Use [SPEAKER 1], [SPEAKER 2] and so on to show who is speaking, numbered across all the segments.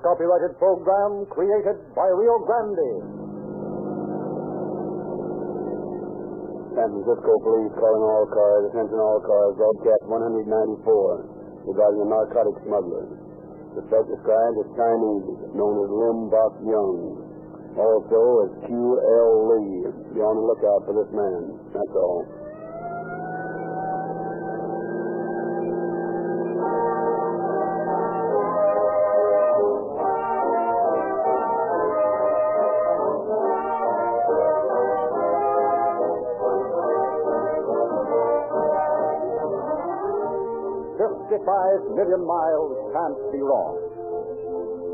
[SPEAKER 1] Copyrighted program created by Rio Grande.
[SPEAKER 2] San Francisco Police calling all cars, attention all cars, broadcast 194 regarding a narcotic smuggler. Suspect described as Chinese, known as Lim Bok Young, also as Q.L. Lee. Be on the lookout for this man. That's all.
[SPEAKER 1] Fifty-five million miles can't be wrong.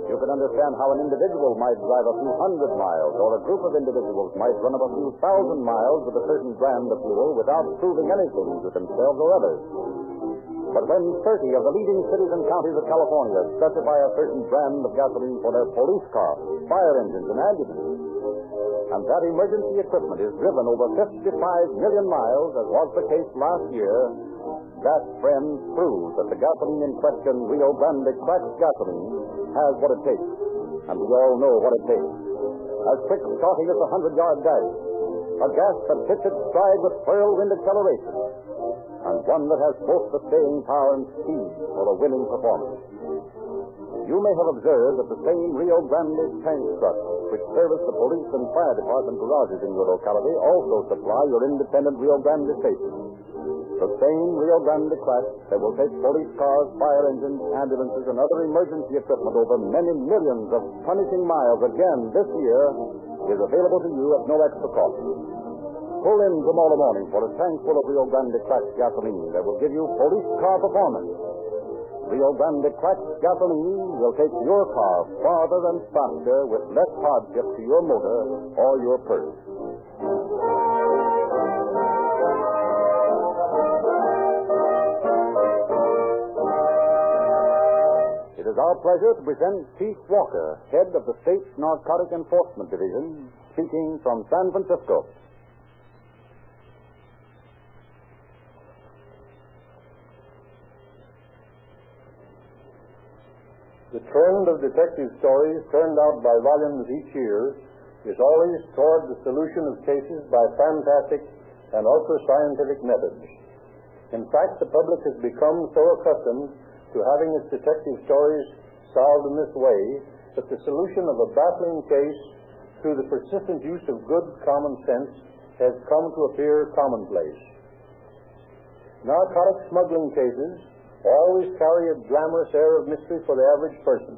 [SPEAKER 1] You can understand how an individual might drive a few hundred miles, or a group of individuals might run up a few thousand miles with a certain brand of fuel without proving anything to themselves or others. But when 30 of the leading cities and counties of California specify a certain brand of gasoline for their police cars, fire engines, and ambulances, and that emergency equipment is driven over 55 million miles, as was the case last year, that, friends, proves that the gasoline in question, Rio Grande cracked gasoline, has what it takes. And we all know what it takes. As quick starting as a 100 yard dash, a gas that hits its stride with whirlwind acceleration, and one that has both the staying power and speed for a winning performance. You may have observed that the same Rio Grande tank trucks which service the police and fire department garages in your locality also supply your independent Rio Grande stations. The same Rio Grande class that will take police cars, fire engines, ambulances, and other emergency equipment over many millions of punishing miles again this year is available to you at no extra cost. Pull in tomorrow morning for a tank full of Rio Grande Cracked gasoline that will give you police car performance. Rio Grande Cracked gasoline will take your car farther and faster with less hardship to your motor or your purse. It is our pleasure to present Chief Walker, head of the state's Narcotic Enforcement Division, speaking from San Francisco.
[SPEAKER 3] The trend of detective stories turned out by volumes each year is always toward the solution of cases by fantastic and ultra scientific methods. In fact, the public has become so accustomed to having its detective stories solved in this way that the solution of a baffling case through the persistent use of good common sense has come to appear commonplace. Narcotic smuggling cases always carry a glamorous air of mystery for the average person.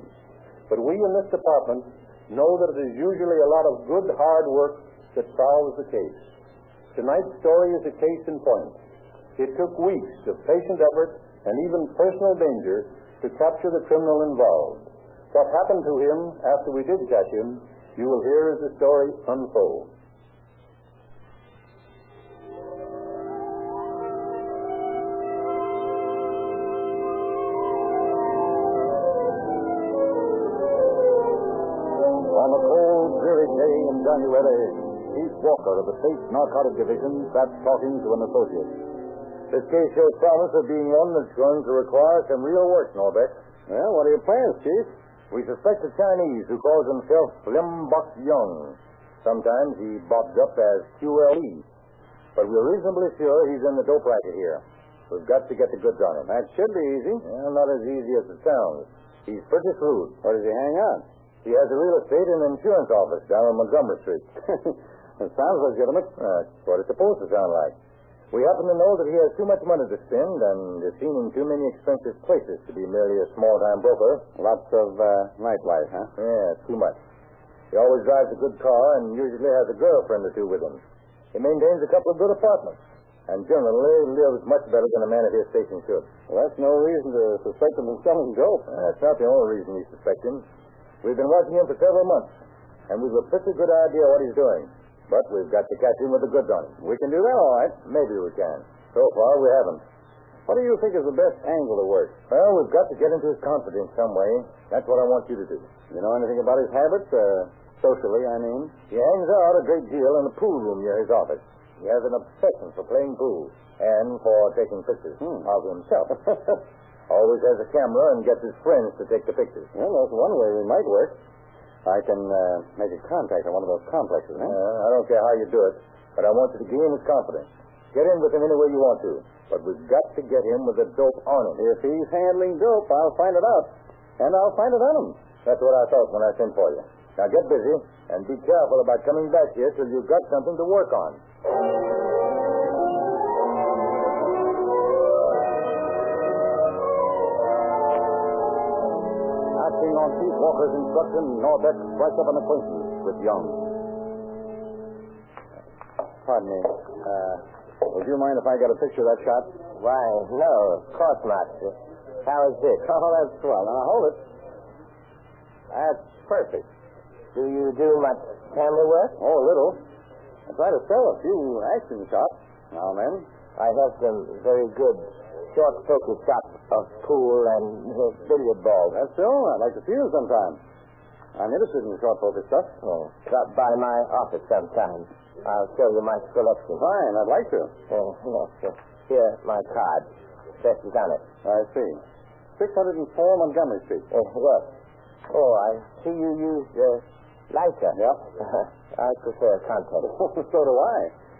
[SPEAKER 3] But we in this department know that it is usually a lot of good hard work that solves the case. Tonight's story is a case in point. It took weeks of patient effort and even personal danger to capture the criminal involved. What happened to him after we did catch him, you will hear as the story unfolds.
[SPEAKER 1] On a cold, dreary day in January, Chief Walker of the State's Narcotic Division sat talking to an associate.
[SPEAKER 2] This case shows promise of being one that's going to require some real work, Norbert.
[SPEAKER 1] Well, what are your plans, Chief?
[SPEAKER 2] We suspect a Chinese who calls himself Lim Bok Young. Sometimes he bobs up as QLE. But we're reasonably sure he's in the dope racket here. We've got to get the goods on him.
[SPEAKER 1] That should be easy.
[SPEAKER 2] Well, not as easy as it sounds. He's pretty shrewd.
[SPEAKER 1] Or does he hang out?
[SPEAKER 2] He has a real estate and insurance office down on Montgomery Street.
[SPEAKER 1] It sounds legitimate.
[SPEAKER 2] uh, That's what it's supposed to sound like. We happen to know that he has too much money to spend and is seen in too many expensive places to be merely a small-time broker.
[SPEAKER 1] Lots of uh, nightlife, huh?
[SPEAKER 2] Yeah, too much. He always drives a good car and usually has a girlfriend or two with him. He maintains a couple of good apartments and generally lives much better than a man of his station should.
[SPEAKER 1] Well, that's no reason to suspect him of selling dope.
[SPEAKER 2] Uh, That's not the only reason you suspect him. We've been watching him for several months, and we've a pretty good idea what he's doing. But we've got to catch him with the goods on him.
[SPEAKER 1] We can do that all right.
[SPEAKER 2] Maybe we can. So far, we haven't.
[SPEAKER 1] What do you think is the best angle to work?
[SPEAKER 2] Well, we've got to get into his confidence some way. That's what I want you to do.
[SPEAKER 1] You know anything about his habits? Uh, socially, I mean.
[SPEAKER 2] He hangs out a great deal in the pool room near his office. He has an obsession for playing pool and for taking pictures
[SPEAKER 1] Hmm.
[SPEAKER 2] of himself.
[SPEAKER 4] Always has a camera and gets his friends to take the pictures.
[SPEAKER 1] Well, that's one way we might work. I can uh, make a contact at one of those complexes, huh?
[SPEAKER 4] Uh, I don't care how you do it, but I want you to gain his confidence. Get in with him any way you want to, but we've got to get him with the dope on him.
[SPEAKER 1] If he's handling dope, I'll find it out. And I'll find it on him.
[SPEAKER 4] That's what I thought when I sent for you. Now get busy and be careful about coming back here till you've got something to work on.
[SPEAKER 1] Acting on Chief Walker's instruction, Norbeck strikes up an acquaintance with Young. Pardon me. Uh, would you mind if I got a picture of that shot?
[SPEAKER 5] Why, no, of course not. How is this?
[SPEAKER 1] Oh, that's swell. Now hold it.
[SPEAKER 5] That's perfect. Do you do much camera work?
[SPEAKER 1] Oh, a little. I try to sell a few action shots now and then.
[SPEAKER 5] I have some very good short focus shots of pool and uh, billiard balls.
[SPEAKER 1] That's so. I'd like to see them sometime. I'm interested in short focus stuff.
[SPEAKER 5] Oh, stop by my office sometime. I'll show you my selection.
[SPEAKER 1] Fine, I'd like to.
[SPEAKER 5] Oh, yes. uh, Here, my card. This is on it.
[SPEAKER 1] I see. 604 Montgomery Street.
[SPEAKER 5] Uh, yes. Oh, I see you use uh, Leica.
[SPEAKER 1] Yep.
[SPEAKER 5] I prefer contact.
[SPEAKER 1] so do I.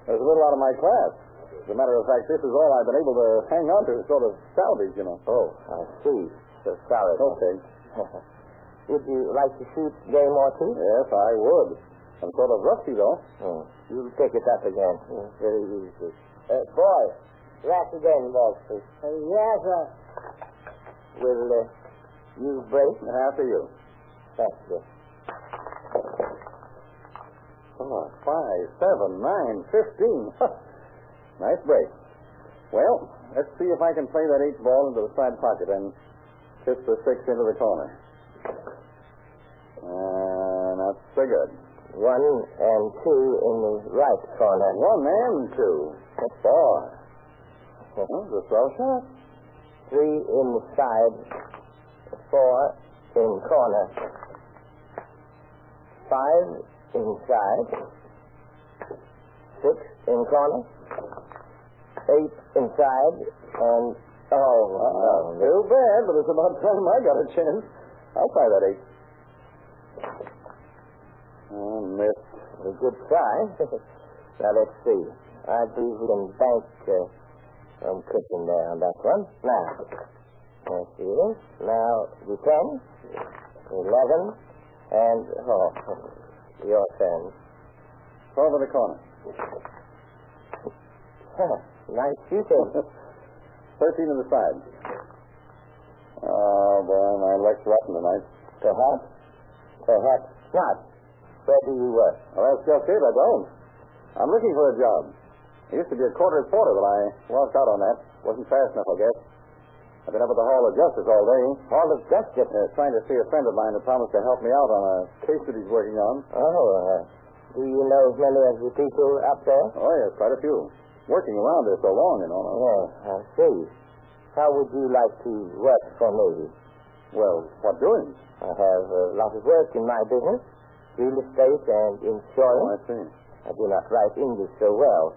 [SPEAKER 1] There's a little out of my class. As a matter of fact, this is all I've been able to hang on to, sort of salvage, you know.
[SPEAKER 5] Oh, I see. So sorry.
[SPEAKER 1] Okay.
[SPEAKER 5] Would you like to shoot game or two?
[SPEAKER 1] Yes, I Oh. would. I'm sort of rusty, though.
[SPEAKER 5] Hmm. You'll pick it up again.
[SPEAKER 1] Mm.
[SPEAKER 5] Hmm, Very easy. Uh, boy, that again, Walter. Uh, yes, sir. Will uh, you break?
[SPEAKER 1] After you.
[SPEAKER 5] That's it.
[SPEAKER 1] Four, five, seven, nine, fifteen. nice break. Well, let's see if I can play that eight ball into the side pocket and tip the six into the corner. Uh, not so good.
[SPEAKER 5] One and two in the right corner.
[SPEAKER 1] One and two. Four. Well, the throw shot.
[SPEAKER 5] Three in the side. Four in corner. Five inside. Six in corner. Eight inside. And
[SPEAKER 1] Uh,
[SPEAKER 5] oh, oh,
[SPEAKER 1] too bad, but it's about time I got a chance. I'll try that eight. Oh, miss.
[SPEAKER 5] Hmm, A good try. now let's see. I believe we can bank uh, some cushion there on that one. Now, let's see. Now the ten, eleven, and oh, your turn.
[SPEAKER 1] Throw to the corner.
[SPEAKER 5] Oh, nice shooting.
[SPEAKER 1] Thirteen to the side. Oh, boy, my luck's rotten tonight.
[SPEAKER 5] perhaps, perhaps not. Where do you work?
[SPEAKER 1] Well, that's just it. I don't. I'm looking for a job. It used to be a quarter reporter, but I walked out on that. Wasn't fast enough, I guess. I've been up at the Hall of Justice all day.
[SPEAKER 5] All of justice.
[SPEAKER 1] Uh, trying to see a friend of mine who promised to help me out on a case that he's working on.
[SPEAKER 5] Oh, uh, do you know many of the people up there? Oh,
[SPEAKER 1] Oh, yes, quite a few. Working around there so long, you know.
[SPEAKER 5] Yes, I see. How would you like to work for me?
[SPEAKER 1] Well, what doing?
[SPEAKER 5] I have a lot of work in my business, real estate and
[SPEAKER 1] Oh, I
[SPEAKER 5] insurance.
[SPEAKER 1] see.
[SPEAKER 5] I do not write English so well.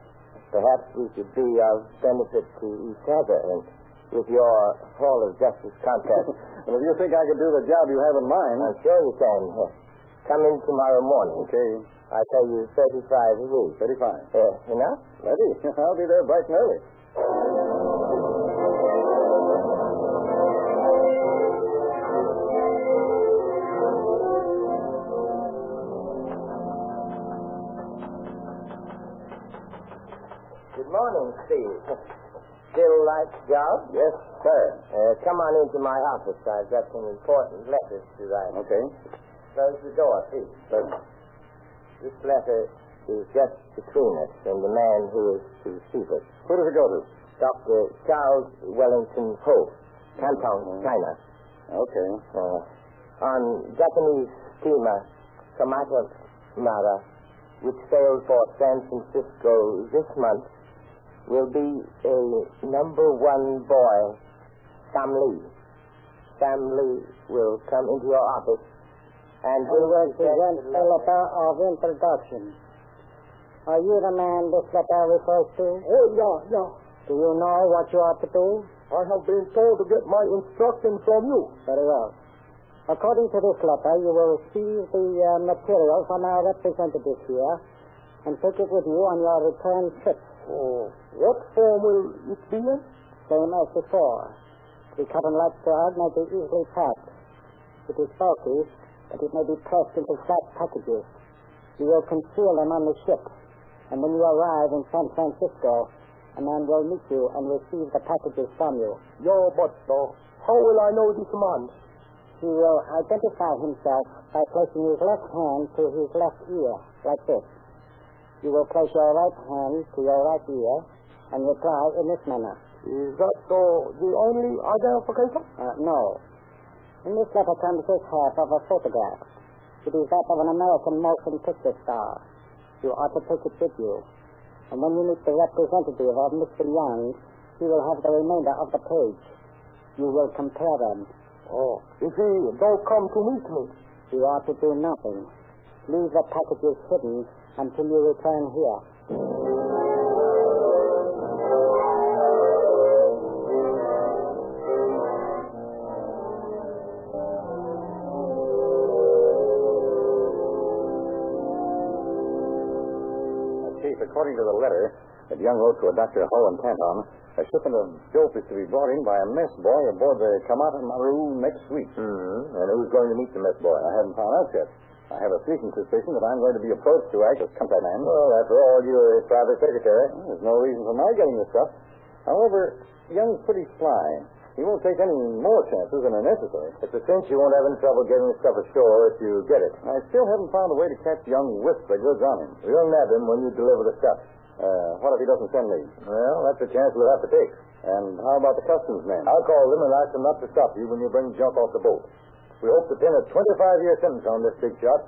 [SPEAKER 5] Perhaps we should be of benefit to each other and with your Hall of Justice contest.
[SPEAKER 1] well, if you think I could do the job you have in mind.
[SPEAKER 5] I'm sure you can. Come in tomorrow morning.
[SPEAKER 1] Okay,
[SPEAKER 5] I tell you 35 a week.
[SPEAKER 1] 35.
[SPEAKER 5] Uh, enough?
[SPEAKER 1] Ready? I'll be there bright and early.
[SPEAKER 5] Good morning, Steve. Still like job?
[SPEAKER 1] Yes, sir.
[SPEAKER 5] Uh, come on into my office. I've got some important letters to write.
[SPEAKER 1] Okay.
[SPEAKER 5] Close the door, please.
[SPEAKER 1] Certainly.
[SPEAKER 5] This letter is just between us and the man who is to receive it.
[SPEAKER 1] Who does it go to?
[SPEAKER 5] Dr. Charles Wellington Ho, Canton, China.
[SPEAKER 1] Okay.
[SPEAKER 5] Uh, on Japanese steamer Kamata Mara, which sailed for San Francisco this month, will be a number one boy, Sam Lee. Sam Lee will come into your office and
[SPEAKER 6] We will
[SPEAKER 5] present
[SPEAKER 6] present
[SPEAKER 5] the
[SPEAKER 6] a
[SPEAKER 5] letter.
[SPEAKER 6] letter of introduction. Are you the man this letter refers to?
[SPEAKER 7] Oh, yeah, yeah.
[SPEAKER 5] Do you know what you ought to do?
[SPEAKER 4] I have been told to get my instructions from you.
[SPEAKER 5] Very well. According to this letter, you will receive the uh, material from our representative here and take it with you on your return trip.
[SPEAKER 4] Oh. What form will it be in?
[SPEAKER 5] Same as before. The cotton like sword may be easily packed. It is bulky, but it may be pressed into flat packages. You will conceal them on the ship, and when you arrive in San Francisco, a man will meet you and receive the packages from you.
[SPEAKER 4] No, but no. How will I know this man?
[SPEAKER 5] He will identify himself by placing his left hand to his left ear, like this. You will place your right hand to your right ear and reply in this manner.
[SPEAKER 4] Is that so? The only identification?
[SPEAKER 5] Uh, no. In this letter comes this half of a photograph. It is that of an American motion picture star. You ought to take it with you. And when you meet the representative of Mr. Young, he will have the remainder of the page. You will compare them.
[SPEAKER 4] Oh. If he don't come to meet me,
[SPEAKER 5] You ought to do nothing. Leave the packages hidden until you return here.
[SPEAKER 1] Chief, according to the letter that Young wrote to a Dr. Ho in Canton, a shipment of dope is to be brought in by a mess boy aboard the Kamata Maru next week.
[SPEAKER 4] Mm-hmm. And who's going to meet the mess boy?
[SPEAKER 1] I haven't found out yet. I have a sneaking suspicion that I'm going to be approached to act as company man.
[SPEAKER 4] Well, after all, you're his private secretary.
[SPEAKER 1] Well, There's no reason for my getting the stuff. However, Young's pretty sly. He won't take any more chances than are necessary.
[SPEAKER 4] It's a cinch you won't have any trouble getting the stuff ashore if you get it.
[SPEAKER 1] I still haven't found a way to catch Young with the goods on him.
[SPEAKER 4] We'll nab him when you deliver the stuff.
[SPEAKER 1] Uh, what if he doesn't send me?
[SPEAKER 4] Well, that's a chance we'll have to take.
[SPEAKER 1] And how about the customs men?
[SPEAKER 4] I'll call them and ask them not to stop you when you bring junk off the boat. We hope to pin a 25-year sentence on this big shot.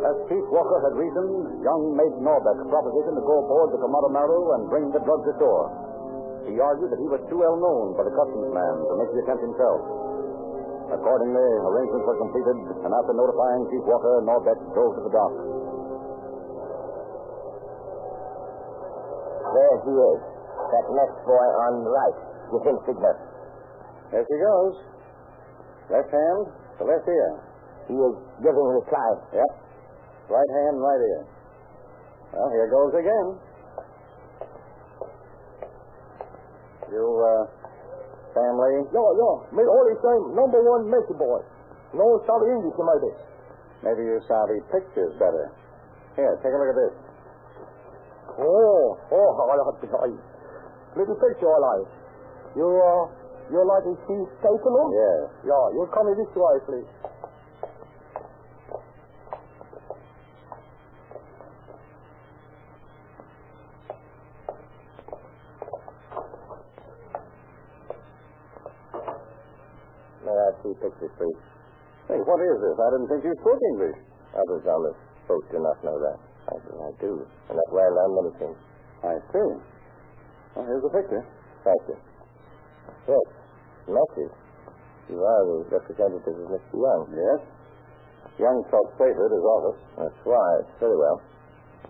[SPEAKER 1] As Chief Walker had reasoned, Young made Norbeck's proposition to go aboard the Komodo Maru and bring the drugs ashore. He argued that he was too well known by the customs man to make the attempt himself. Accordingly, arrangements were completed, and after notifying Chief Walker, Norbeck drove to the dock.
[SPEAKER 5] There he is. That next boy on right. Give him signal.
[SPEAKER 1] There she goes. Left hand to left ear.
[SPEAKER 5] He is giving reply.
[SPEAKER 1] Yep. Right hand, right ear. Well, here goes again. You, uh, family?
[SPEAKER 4] Yo, yo, me only same number one mess boy. No sorry English, maybe.
[SPEAKER 1] Maybe you saw the pictures better. Here, take a look at this.
[SPEAKER 4] Oh, oh, I have to tell you. Little picture, I like. You, uh, you like to see taken on?
[SPEAKER 1] Yes.
[SPEAKER 4] Yeah, you come in this way, please.
[SPEAKER 5] May I see pictures, please?
[SPEAKER 1] Hey, what is this? I didn't think you spoke English.
[SPEAKER 5] Others on this boat do not know that. I do, I do. And that well I'm noticing.
[SPEAKER 1] I see. Well, here's the picture.
[SPEAKER 5] Thank you. Yes, Matthew. You are the representative of Mr.
[SPEAKER 4] Oh.
[SPEAKER 5] Young.
[SPEAKER 1] Yes. Young felt safer at his office.
[SPEAKER 5] That's wise. Very well.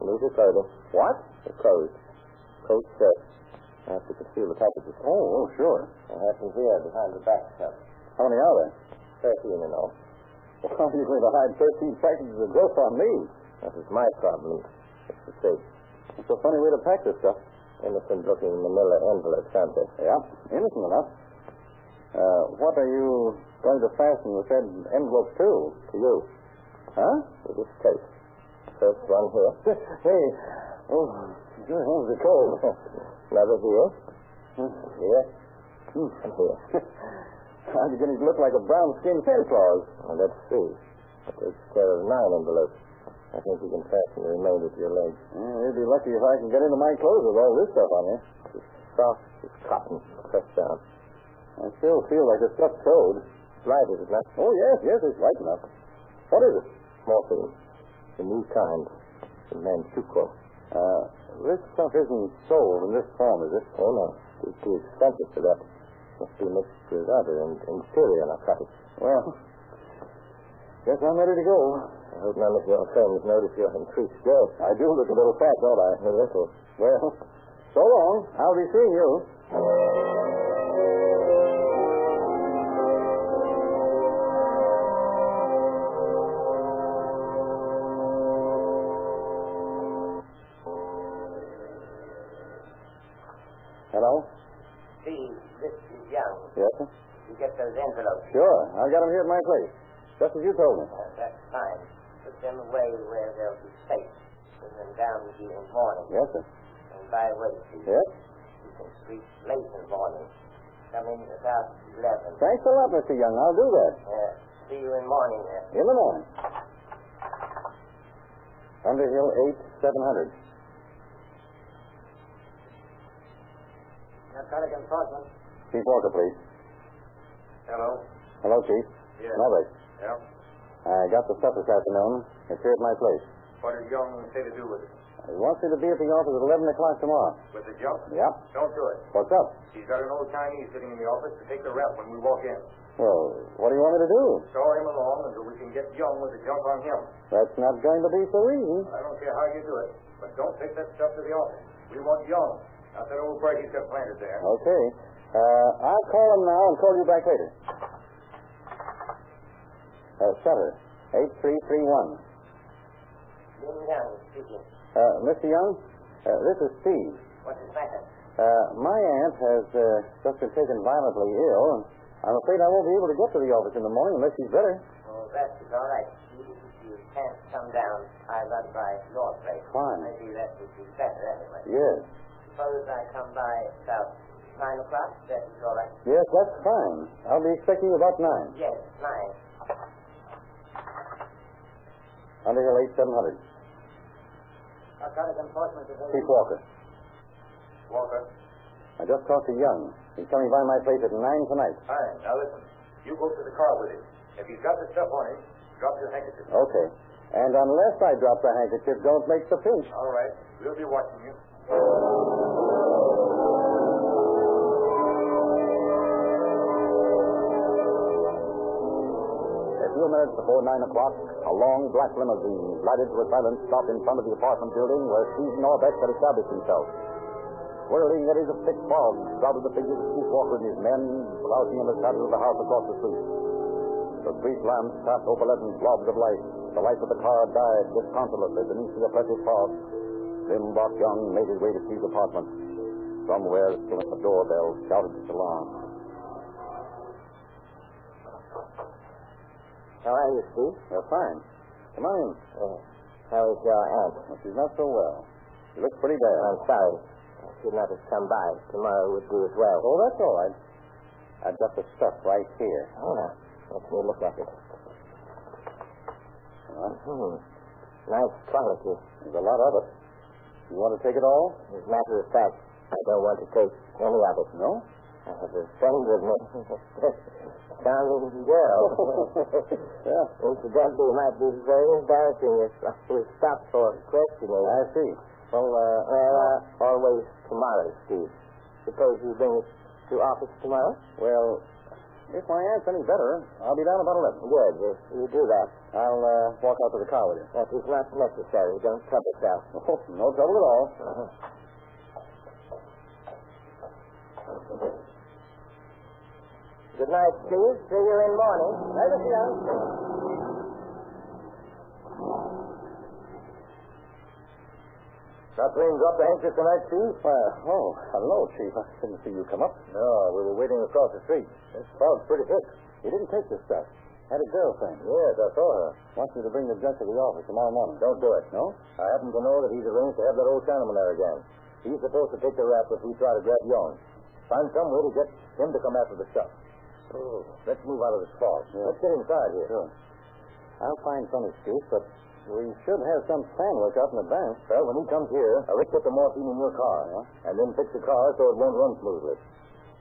[SPEAKER 5] Leave your clothing.
[SPEAKER 1] What?
[SPEAKER 5] The clothes. Coat shirt. I have to conceal the packages.
[SPEAKER 1] Oh, oh, sure.
[SPEAKER 5] I have them here behind the back shelf.
[SPEAKER 1] How many are there?
[SPEAKER 5] Thirteen in all.
[SPEAKER 1] Well, you're going to hide 13 packages of dope on me.
[SPEAKER 5] That is my problem. It's the safe.
[SPEAKER 1] It's a funny way to pack this stuff.
[SPEAKER 5] Innocent looking manila envelopes, aren't they?
[SPEAKER 1] Yeah, innocent enough. Uh, what are you going to fasten the said envelope to?
[SPEAKER 5] To you.
[SPEAKER 1] Huh?
[SPEAKER 5] It is tape. First one here.
[SPEAKER 1] hey, oh, your hands are cold.
[SPEAKER 5] Another here. Here. And here.
[SPEAKER 1] I'm beginning to look like a brown skinned Santa Claus.
[SPEAKER 5] Now, let's see. That takes care of nine envelopes. I think you can fasten the remainder to your legs.
[SPEAKER 1] Yeah, you'd be lucky if I can get into my clothes with all this stuff on you.
[SPEAKER 5] Soft as cotton. Pressed down.
[SPEAKER 1] I still feel like a stuffed toad.
[SPEAKER 5] Light, is it not?
[SPEAKER 1] Oh, yes, yes, it's light enough. What is it?
[SPEAKER 5] Morphine. The new kind. The Manchukuo.
[SPEAKER 1] Uh, this stuff isn't sold in this form, is it?
[SPEAKER 5] Oh, no. It's too expensive for that. Must be mixed with other and inferior narcotics.
[SPEAKER 1] Well,
[SPEAKER 8] Guess I'm ready to go.
[SPEAKER 9] I hope none of your friends notice your increased girth.
[SPEAKER 8] I do look a little fat, don't I?
[SPEAKER 9] A little.
[SPEAKER 8] Well, so long. I'll be seeing you. Hello?
[SPEAKER 5] Steve, this is Young.
[SPEAKER 8] Yes, sir?
[SPEAKER 5] You get those envelopes.
[SPEAKER 8] Sure. I got him here at my place. Just as you told me.
[SPEAKER 5] Uh, that's fine. Put them away where they'll be safe. Bring them down with you in the morning.
[SPEAKER 8] Yes, sir.
[SPEAKER 5] And by the way, Steve,
[SPEAKER 8] Yes?
[SPEAKER 5] you can sleep late in the morning. Come in about 11.
[SPEAKER 8] Thanks a lot, Mr. Young. I'll do that.
[SPEAKER 5] Uh, see you in morning then.
[SPEAKER 8] In the morning. Underhill 8700.
[SPEAKER 5] Narcotic enforcement.
[SPEAKER 8] Chief Walker, please.
[SPEAKER 5] Hello.
[SPEAKER 8] Hello, Chief.
[SPEAKER 5] Yes.
[SPEAKER 8] Novice.
[SPEAKER 5] Yeah.
[SPEAKER 8] I got the stuff this afternoon. It's here at my place.
[SPEAKER 5] What does Young say to do with it?
[SPEAKER 8] He wants you to be at the office at 11 o'clock tomorrow.
[SPEAKER 5] With the jump?
[SPEAKER 8] Yep.
[SPEAKER 5] Don't do it.
[SPEAKER 8] What's up?
[SPEAKER 5] He's got an old Chinese sitting in the office to take the rep when we walk in.
[SPEAKER 8] Well, what do you want me to do?
[SPEAKER 5] Throw him along until we can get Young with the jump on him.
[SPEAKER 8] That's not going to be so easy.
[SPEAKER 5] I don't care how you do it, but don't take that stuff to the office. We want Young, not that old break he's got planted there.
[SPEAKER 8] Okay. Uh, I'll call him now and call you back later. Uh, Sutter, 8331.
[SPEAKER 5] Lin Young speaking.
[SPEAKER 8] Uh, Mr. Young, uh, this is Steve.
[SPEAKER 5] What's the matter?
[SPEAKER 8] Uh, my aunt has uh, just been taken violently ill, and I'm afraid I won't be able to get to the office in the morning unless she's better.
[SPEAKER 5] Oh, that is all right. Even if you can't come down, I run by your place.
[SPEAKER 8] Fine.
[SPEAKER 5] Maybe that would be better anyway.
[SPEAKER 8] Yes.
[SPEAKER 5] Suppose I come by about 9 o'clock? That is all right.
[SPEAKER 8] Yes, that's fine. I'll be expecting you about 9.
[SPEAKER 5] Yes, 9.
[SPEAKER 8] Underhill 8700.
[SPEAKER 5] Narcotic enforcement is in.
[SPEAKER 8] Chief Walker.
[SPEAKER 5] Walker.
[SPEAKER 8] I just talked to Young. He's coming by my place at 9 tonight.
[SPEAKER 5] Fine. Now listen. You go to the car with him. If he's got the stuff on him, drop your handkerchief.
[SPEAKER 9] Oh.
[SPEAKER 8] Okay. And unless I drop the handkerchief, don't make the pinch.
[SPEAKER 5] All right. We'll be watching you.
[SPEAKER 1] A few minutes before nine o'clock, a long black limousine glided to a silent stop in front of the apartment building where Steve Norbeck had established himself. Swirling eddies of thick fog shrouded the figures of Chief Walker and his men, crouching in the shadows of the house across the street. The street lamps cast opalescent blobs of light. The lights of the car died disconsolately beneath the oppressive fog. Slim Bok Young made his way to Steve's apartment. Somewhere, still at the doorbell, shouted its alarm.
[SPEAKER 9] How are you, Steve?
[SPEAKER 1] They're fine. Come on in.
[SPEAKER 9] Uh, how is your aunt?
[SPEAKER 1] Well, she's not so well. She looks pretty bad.
[SPEAKER 9] I'm sorry. I should not have come by. Tomorrow would do as well.
[SPEAKER 1] Oh, that's all right. I've got the stuff right here.
[SPEAKER 9] Oh, now. Let me look at it.
[SPEAKER 1] Huh?
[SPEAKER 9] Hmm. Nice quality.
[SPEAKER 1] There's a lot of it. You want to take it all?
[SPEAKER 9] As a matter of fact, I don't want to take any of it.
[SPEAKER 1] No?
[SPEAKER 9] I have a friend with me. Charming girl.
[SPEAKER 1] Yeah.
[SPEAKER 9] Incidentally, it might be very embarrassing if I was stopped for questioning.
[SPEAKER 1] I see.
[SPEAKER 9] Well, uh, well, uh, always tomorrow, Steve. Suppose you bring it to office tomorrow?
[SPEAKER 1] Well, if my aunt's any better, I'll be down about 11.
[SPEAKER 9] Good. If you do that,
[SPEAKER 1] I'll uh, walk out to the car with you.
[SPEAKER 9] that is not necessary. Don't trouble yourself.
[SPEAKER 1] Oh, no trouble at all.
[SPEAKER 9] Uh-huh. Good night, Steve. See you in morning. Later, Steve.
[SPEAKER 10] Not clean drop the handkerchief tonight, Chief?
[SPEAKER 1] Well, oh, hello, Chief. I didn't see you come up.
[SPEAKER 10] No, we were waiting across the street. This fog's pretty thick.
[SPEAKER 1] You didn't take this stuff. Had a girlfriend.
[SPEAKER 10] Yes, I saw her.
[SPEAKER 1] Wants you to bring the judge to the office tomorrow morning.
[SPEAKER 10] Don't do it.
[SPEAKER 1] No?
[SPEAKER 10] I happen to know that he's arranged to have that old Chinaman there again. He's supposed to take the rap if we try to grab Young. Find some way to get him to come after the stuff. Oh, let's move out of this fog.
[SPEAKER 1] Yeah.
[SPEAKER 10] Let's get inside here.
[SPEAKER 1] Sure. I'll find some excuse, but we should have some plan worked out in advance.
[SPEAKER 10] Well, when he comes here, uh, let's put the morphine in your car, and then fix the car so it won't run smoothly.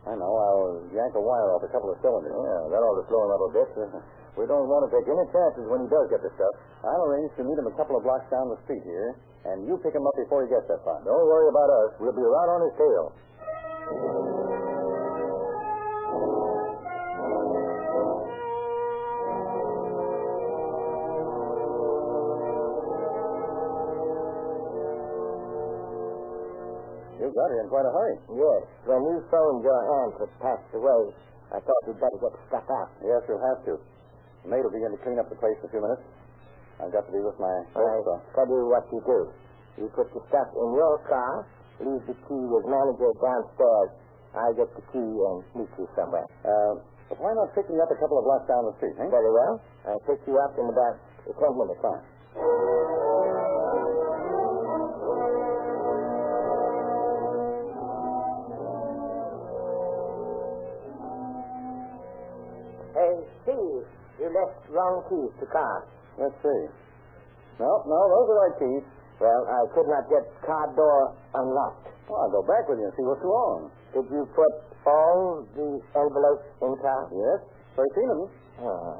[SPEAKER 1] I know. I'll yank a wire off a couple of cylinders.
[SPEAKER 10] Yeah, that ought to slow him up a bit. We don't want to take any chances when he does get the stuff.
[SPEAKER 1] I'll arrange to meet him a couple of blocks down the street here, and you pick him up before he gets that far.
[SPEAKER 10] Don't worry about us. We'll be right on his tail.
[SPEAKER 3] got here in quite a hurry.
[SPEAKER 5] Yes. When we phoned your aunt had passed away, I thought we'd better get stuff up.
[SPEAKER 1] Yes, you'll have to. The maid will begin to clean up the place in a few minutes. I've got to be with my
[SPEAKER 5] I
[SPEAKER 1] folks, so.
[SPEAKER 5] tell you what you do. You put the stuff in your car, leave the key with manager downstairs. I get the key and meet you somewhere.
[SPEAKER 1] Uh, but why not pick me up a couple of blocks down the street, eh?
[SPEAKER 5] Very well. I'll pick you up in about ten minutes.
[SPEAKER 1] Fine.
[SPEAKER 5] Hey, Steve, you left wrong keys to car.
[SPEAKER 1] Let's see. No, no, those are right keys.
[SPEAKER 5] Well, I could not get car door unlocked.
[SPEAKER 1] Well, I'll go back with you and see what's wrong.
[SPEAKER 5] Did you put all the envelopes in car?
[SPEAKER 1] Yes, 13 of them.
[SPEAKER 5] Oh,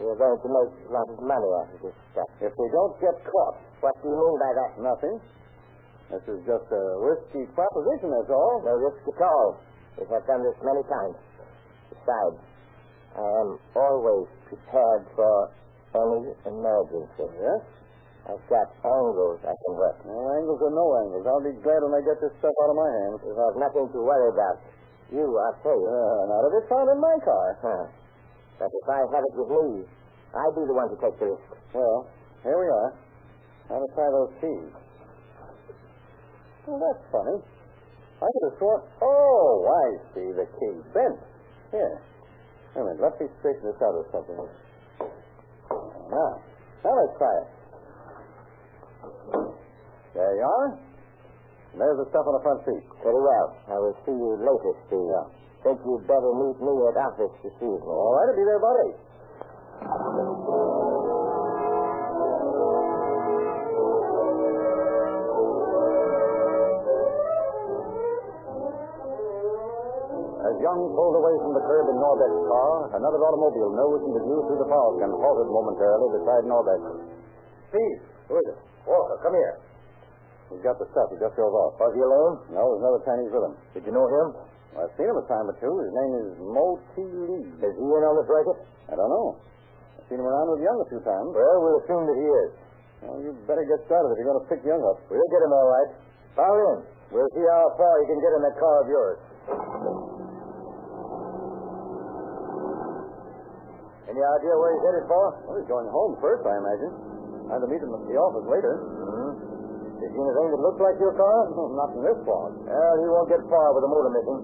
[SPEAKER 5] you're going to make a lot of money out of this stuff.
[SPEAKER 1] If we don't get caught,
[SPEAKER 5] What do you mean by that?
[SPEAKER 1] nothing. This is just a risky proposition, that's all.
[SPEAKER 5] No risk at all. We have done this many times. Besides, I am always prepared for any emergency.
[SPEAKER 1] Yes?
[SPEAKER 5] I've got angles I can work.
[SPEAKER 1] No angles or no angles. I'll be glad when I get this stuff out of my hands.
[SPEAKER 5] You have nothing to worry about. You are safe.
[SPEAKER 1] Uh, not if it's found in my car.
[SPEAKER 5] Huh. But if I have it with me, I'd be the one to take the risk.
[SPEAKER 1] Well, here we are. Now to try those keys. Well, that's funny. I could have sworn. Oh, I see the key bent. Here. Wait a minute. Let me straighten this out or something. Now, now let's try it. There you are. And there's the stuff on the front seat.
[SPEAKER 5] Very well. I will see you later, Steve. Think you'd better meet me at office this evening.
[SPEAKER 1] All right, it'll be there about eight. As Young pulled away from the curb in Norbeck's car, another automobile nosed into view through the fog and halted momentarily beside Norbeck.
[SPEAKER 3] Steve,
[SPEAKER 1] Who is it?
[SPEAKER 3] Walker, come here.
[SPEAKER 1] He's got the stuff. He just drove off. Was he alone? No, there's another Chinese with him.
[SPEAKER 4] Did you know him?
[SPEAKER 1] I've seen him a time or two. His name is Mo T. Lee.
[SPEAKER 4] Is he in on this racket?
[SPEAKER 1] I don't know. I've seen him around with Young a few times.
[SPEAKER 4] Well, we'll assume that he is.
[SPEAKER 1] Well, you better get started if you're going to pick Young up.
[SPEAKER 4] We'll get him all right. Follow him. We'll see how far he can get in that car of yours. Any idea where he's headed for?
[SPEAKER 1] Well, he's going home first, I imagine. I have to meet him at the office later.
[SPEAKER 4] Mm-hmm. Has he seen anything that looks like your car?
[SPEAKER 1] Well, not in this fog.
[SPEAKER 4] Well, he won't get far with the motor missing.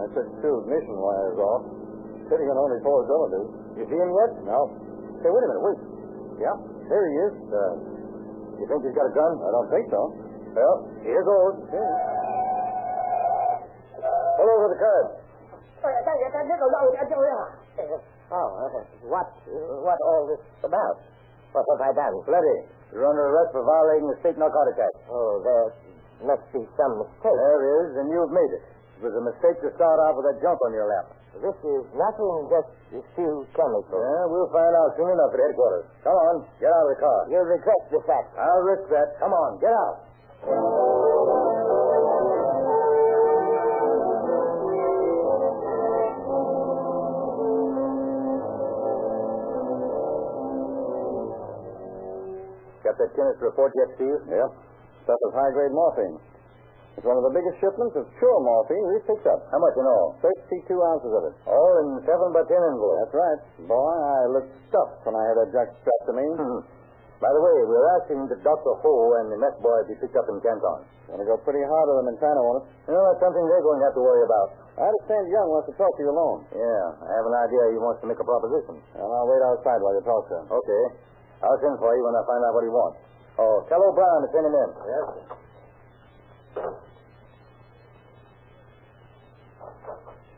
[SPEAKER 1] I took two ignition wires off, sitting on only four cylinders.
[SPEAKER 4] You see him yet?
[SPEAKER 1] No. Hey, wait a minute, wait. Yeah, there he is.
[SPEAKER 4] Uh, you think he's got a gun?
[SPEAKER 1] I don't think so.
[SPEAKER 4] Well, here goes. Pull over the curb.
[SPEAKER 5] Oh, uh, what, what all this about? What have I done?
[SPEAKER 4] Letty, you're under arrest for violating the state narcotic act.
[SPEAKER 5] Oh, there must be some mistake.
[SPEAKER 4] There is, and you've made it. It was a mistake to start out with that jump on your lap.
[SPEAKER 5] This is nothing just a few chemicals.
[SPEAKER 4] Yeah, we'll find out soon enough at headquarters. Come on, get out of the car.
[SPEAKER 5] You'll regret the fact.
[SPEAKER 4] I'll risk that. Come on, get out. Got that chemist report yet, Steve?
[SPEAKER 1] Yep. Stuff is high grade morphine. It's one of the biggest shipments of pure morphine we've picked up.
[SPEAKER 4] How much in all?
[SPEAKER 1] 32 ounces of it.
[SPEAKER 4] All in seven by ten envelopes.
[SPEAKER 1] That's right. Boy, I looked stuffed when I had that junk strapped to me.
[SPEAKER 4] Hmm. By the way, we're asking that Dr. Ho and the mess boy be picked up in Canton.
[SPEAKER 1] Gonna go pretty hard with them in China, won't it?
[SPEAKER 4] You know, that's something they're going to have to worry about.
[SPEAKER 1] I understand Young wants to talk to you alone.
[SPEAKER 4] Yeah, I have an idea he wants to make a proposition.
[SPEAKER 1] And I'll wait outside while you talk to him.
[SPEAKER 4] Okay. I'll send for you when I find out what he wants. Oh, tell O'Brien to send him in. Yes.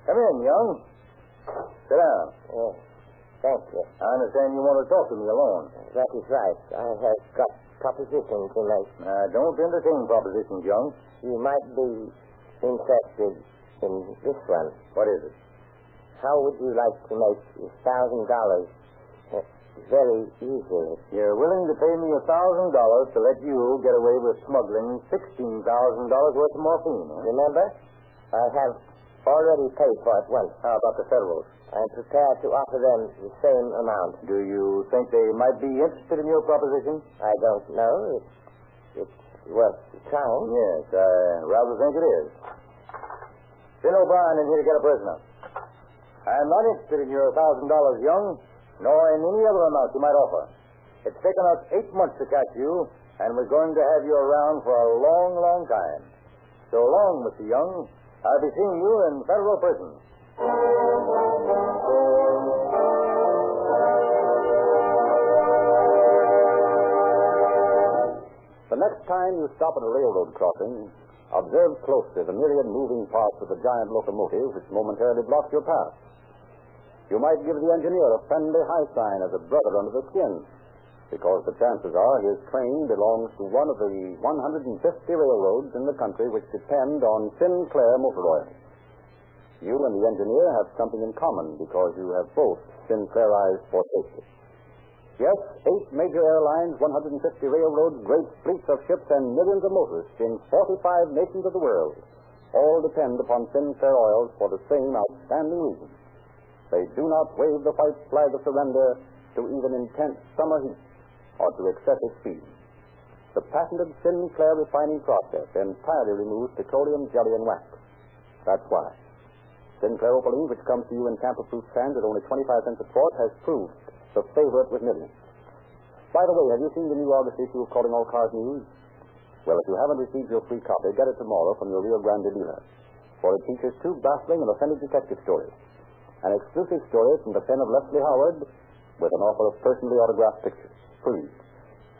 [SPEAKER 4] Come in, Young. Sit down.
[SPEAKER 5] Yes. Thank you.
[SPEAKER 4] I understand you want to talk to me alone.
[SPEAKER 5] That is right. I have got propositions to make.
[SPEAKER 4] Uh, don't entertain propositions, Young.
[SPEAKER 5] You might be interested in this one.
[SPEAKER 4] What is it?
[SPEAKER 5] How would you like to make a thousand dollars very easily?
[SPEAKER 4] You're willing to pay me a thousand dollars to let you get away with smuggling sixteen thousand dollars worth of morphine. huh?
[SPEAKER 5] Remember, I have already paid for it once.
[SPEAKER 4] How about the Federals?
[SPEAKER 5] I'm prepared to offer them the same amount.
[SPEAKER 4] Do you think they might be interested in your proposition?
[SPEAKER 5] I don't know. It's, it's Well, the town?
[SPEAKER 1] Yes, I rather think it is. Finn O'Brien in here to get a prisoner. I am not interested in your thousand dollars, Young, nor in any other amount you might offer. It's taken us eight months to catch you, and we're going to have you around for a long, long time. So long, Mr. Young. I'll be seeing you in federal prison. The next time you stop at a railroad crossing, observe closely the myriad moving parts of the giant locomotive which momentarily blocks your path. You might give the engineer a friendly high sign as a brother under the skin, because the chances are his train belongs to one of the 150 railroads in the country which depend on Sinclair Motor Oil. You and the engineer have something in common because you have both Sinclairized for safety. Yes, eight major airlines, 150 railroads, great fleets of ships, and millions of motorists in 45 nations of the world all depend upon Sinclair oils for the same outstanding reason. They do not wave the white flag of surrender to even intense summer heat or to excessive speed. The patented Sinclair refining process entirely removes petroleum, jelly, and wax. That's why. Sinclair Opaline, which comes to you in tamper-proof cans at only 25 cents a quart, has proved the favorite with millions. By the way, have you seen the new August issue of Calling All Cars News? Well, if you haven't received your free copy, get it tomorrow from your Rio Grande dealer, for it features two baffling and authentic detective stories. An exclusive story from the pen of Leslie Howard with an offer of personally autographed pictures, free.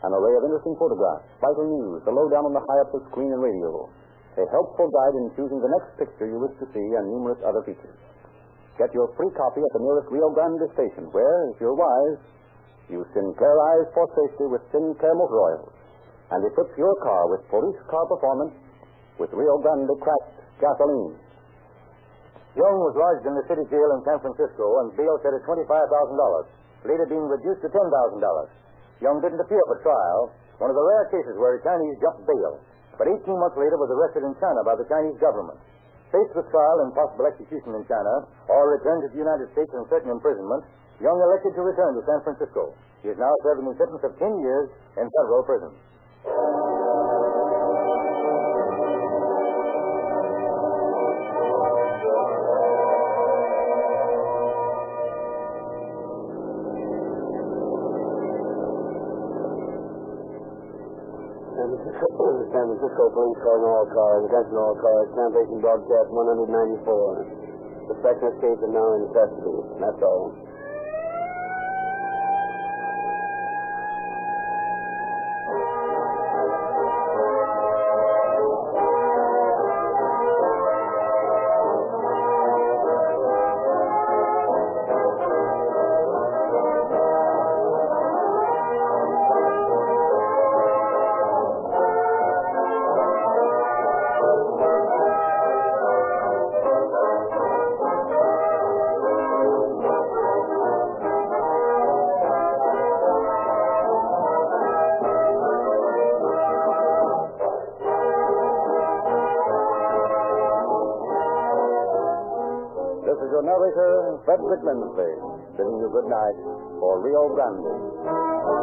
[SPEAKER 1] An array of interesting photographs, vital news, the lowdown on the high-ups of screen and radio, a helpful guide in choosing the next picture you wish to see, and numerous other features. Get your free copy at the nearest Rio Grande station, where, if you're wise, you Sinclairize for safety with Sinclair Motor Oil and equip your car with police car performance with Rio Grande cracked gasoline. Young was lodged in the city jail in San Francisco and bail set at $25,000, later being reduced to $10,000. Young didn't appear for trial, one of the rare cases where a Chinese jumped bail, but 18 months later was arrested in China by the Chinese government. Faced with trial and possible execution in China, or returned to the United States and certain imprisonment, Young elected to return to San Francisco. He is now serving a sentence of 10 years in federal prison.
[SPEAKER 2] San Francisco, San Francisco Police calling all cars, attention all cars, Translation Broadcast 194. The second escape is now in custody. That's all.
[SPEAKER 1] This is your narrator, Frederick Lindsay, bidding you good night for Rio Grande.